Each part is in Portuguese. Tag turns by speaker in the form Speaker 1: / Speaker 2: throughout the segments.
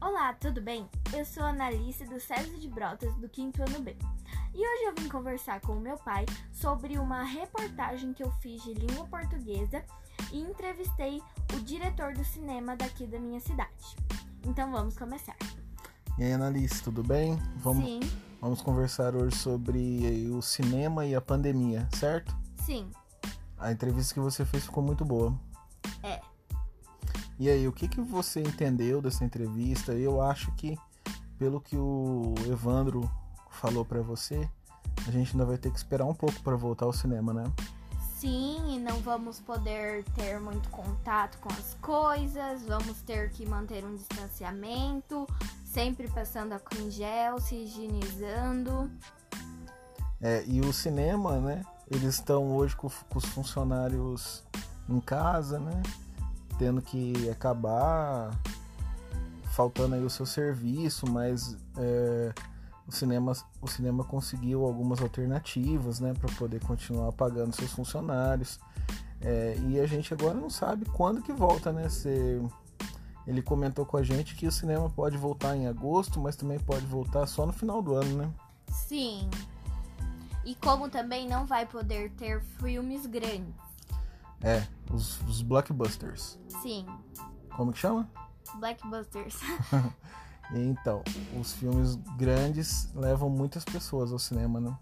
Speaker 1: Olá, tudo bem? Eu sou a analista do César de Brotas do 5 ano B. E hoje eu vim conversar com o meu pai sobre uma reportagem que eu fiz de língua portuguesa e entrevistei o diretor do cinema daqui da minha cidade. Então vamos começar.
Speaker 2: E aí, Annalise, tudo bem? Vamos,
Speaker 1: Sim,
Speaker 2: vamos conversar hoje sobre eh, o cinema e a pandemia, certo?
Speaker 1: sim.
Speaker 2: A entrevista que você fez ficou muito boa.
Speaker 1: É.
Speaker 2: E aí, o que, que você entendeu dessa entrevista? Eu acho que, pelo que o Evandro falou pra você, a gente ainda vai ter que esperar um pouco pra voltar ao cinema, né?
Speaker 1: Sim, e não vamos poder ter muito contato com as coisas, vamos ter que manter um distanciamento, sempre passando álcool em gel, se higienizando.
Speaker 2: É, e o cinema, né? Eles estão hoje com, com os funcionários em casa, né? Tendo que acabar faltando aí o seu serviço, mas é, o, cinema, o cinema conseguiu algumas alternativas, né? Para poder continuar pagando seus funcionários. É, e a gente agora não sabe quando que volta, né? Você- ele comentou com a gente que o cinema pode voltar em agosto, mas também pode voltar só no final do ano, né?
Speaker 1: Sim. E como também não vai poder ter filmes grandes.
Speaker 2: É, os, os blockbusters.
Speaker 1: Sim,
Speaker 2: Como que chama?
Speaker 1: Blackbusters.
Speaker 2: Então, os filmes grandes levam muitas pessoas ao cinema, né?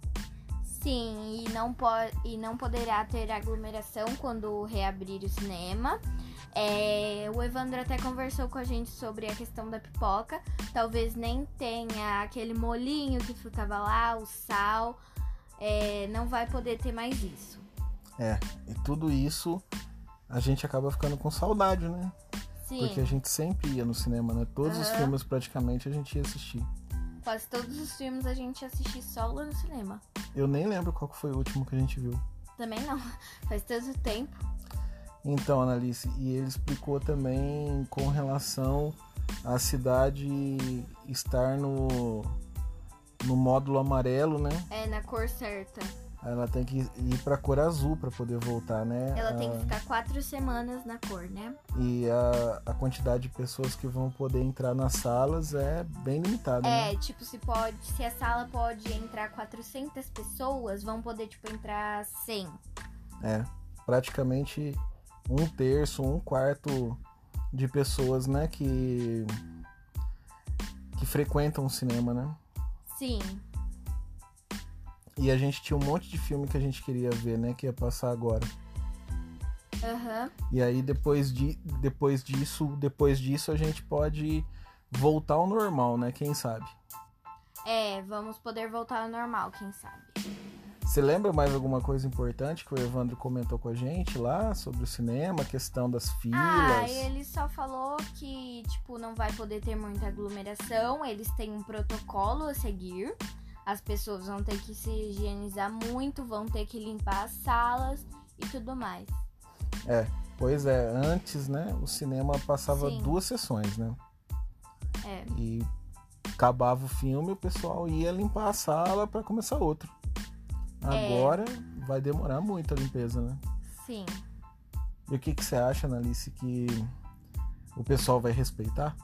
Speaker 1: Sim, e não, po e não poderá ter aglomeração quando reabrir o cinema. É, o Evandro até conversou com a gente sobre a questão da pipoca. Talvez nem tenha aquele molinho que ficava lá, o sal. É, não vai poder ter mais isso.
Speaker 2: E tudo isso a gente acaba ficando com saudade, né?
Speaker 1: Sim,
Speaker 2: Porque a gente sempre ia no cinema, né? Todos os
Speaker 1: Aham.
Speaker 2: filmes praticamente a gente ia assistir.
Speaker 1: quase todos os filmes a gente assiste só lá no cinema.
Speaker 2: Eu nem lembro qual que foi o último que a gente viu.
Speaker 1: Também não, faz tanto tempo.
Speaker 2: Então, Analice, e ele explicou também com relação à cidade estar no, no módulo amarelo, né?
Speaker 1: É, na cor certa.
Speaker 2: Ela tem que ir pra cor azul pra poder voltar, né?
Speaker 1: Ela tem
Speaker 2: A-
Speaker 1: que ficar quatro semanas na cor, né?
Speaker 2: E a, a quantidade de pessoas que vão poder entrar nas salas é bem limitada, né?
Speaker 1: É, tipo, se pode, se a sala pode entrar 400 pessoas, vão poder, tipo, entrar 100.
Speaker 2: É. Praticamente um terço, um quarto de pessoas, né, que, que frequentam o cinema, né?
Speaker 1: Sim,
Speaker 2: E a gente tinha um monte de filme que a gente queria ver, né, que ia passar agora.
Speaker 1: aham,
Speaker 2: E aí depois, de, depois disso, depois disso a gente pode voltar ao normal, né? Quem sabe?
Speaker 1: é, vamos poder voltar ao normal, quem sabe.
Speaker 2: Você lembra mais alguma coisa importante que o Evandro comentou com a gente lá sobre o cinema, a questão das filas?
Speaker 1: Ah, ele só falou que, tipo, não vai poder ter muita aglomeração, eles têm um protocolo a seguir. As pessoas vão ter que se higienizar muito, vão ter que limpar as salas e tudo mais.
Speaker 2: Pois é, antes, né, o cinema passava
Speaker 1: Sim.
Speaker 2: duas sessões, né?
Speaker 1: É.
Speaker 2: E acabava o filme, o pessoal ia limpar a sala pra começar outro.
Speaker 1: É.
Speaker 2: Agora vai demorar muito a limpeza, né?
Speaker 1: Sim.
Speaker 2: E o que, que você acha, Analice, que o pessoal vai respeitar?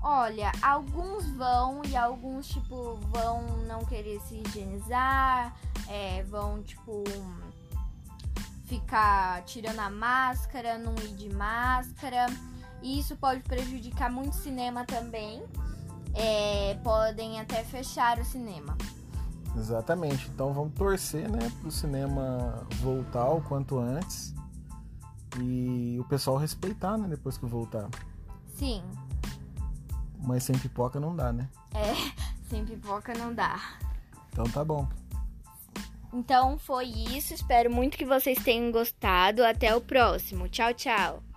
Speaker 1: Olha, alguns vão e alguns, tipo, vão não querer se higienizar, é, vão, tipo, ficar tirando a máscara, não ir de máscara. E isso pode prejudicar muito o cinema também. É, podem até fechar o cinema.
Speaker 2: Exatamente. Então vamos torcer, né, pro cinema voltar o quanto antes e o pessoal respeitar, né, depois que voltar.
Speaker 1: Sim,
Speaker 2: Mas sem pipoca não dá, né?
Speaker 1: sem pipoca não dá.
Speaker 2: Então tá bom.
Speaker 1: Então foi isso. Espero muito que vocês tenham gostado. Até o próximo. Tchau, tchau.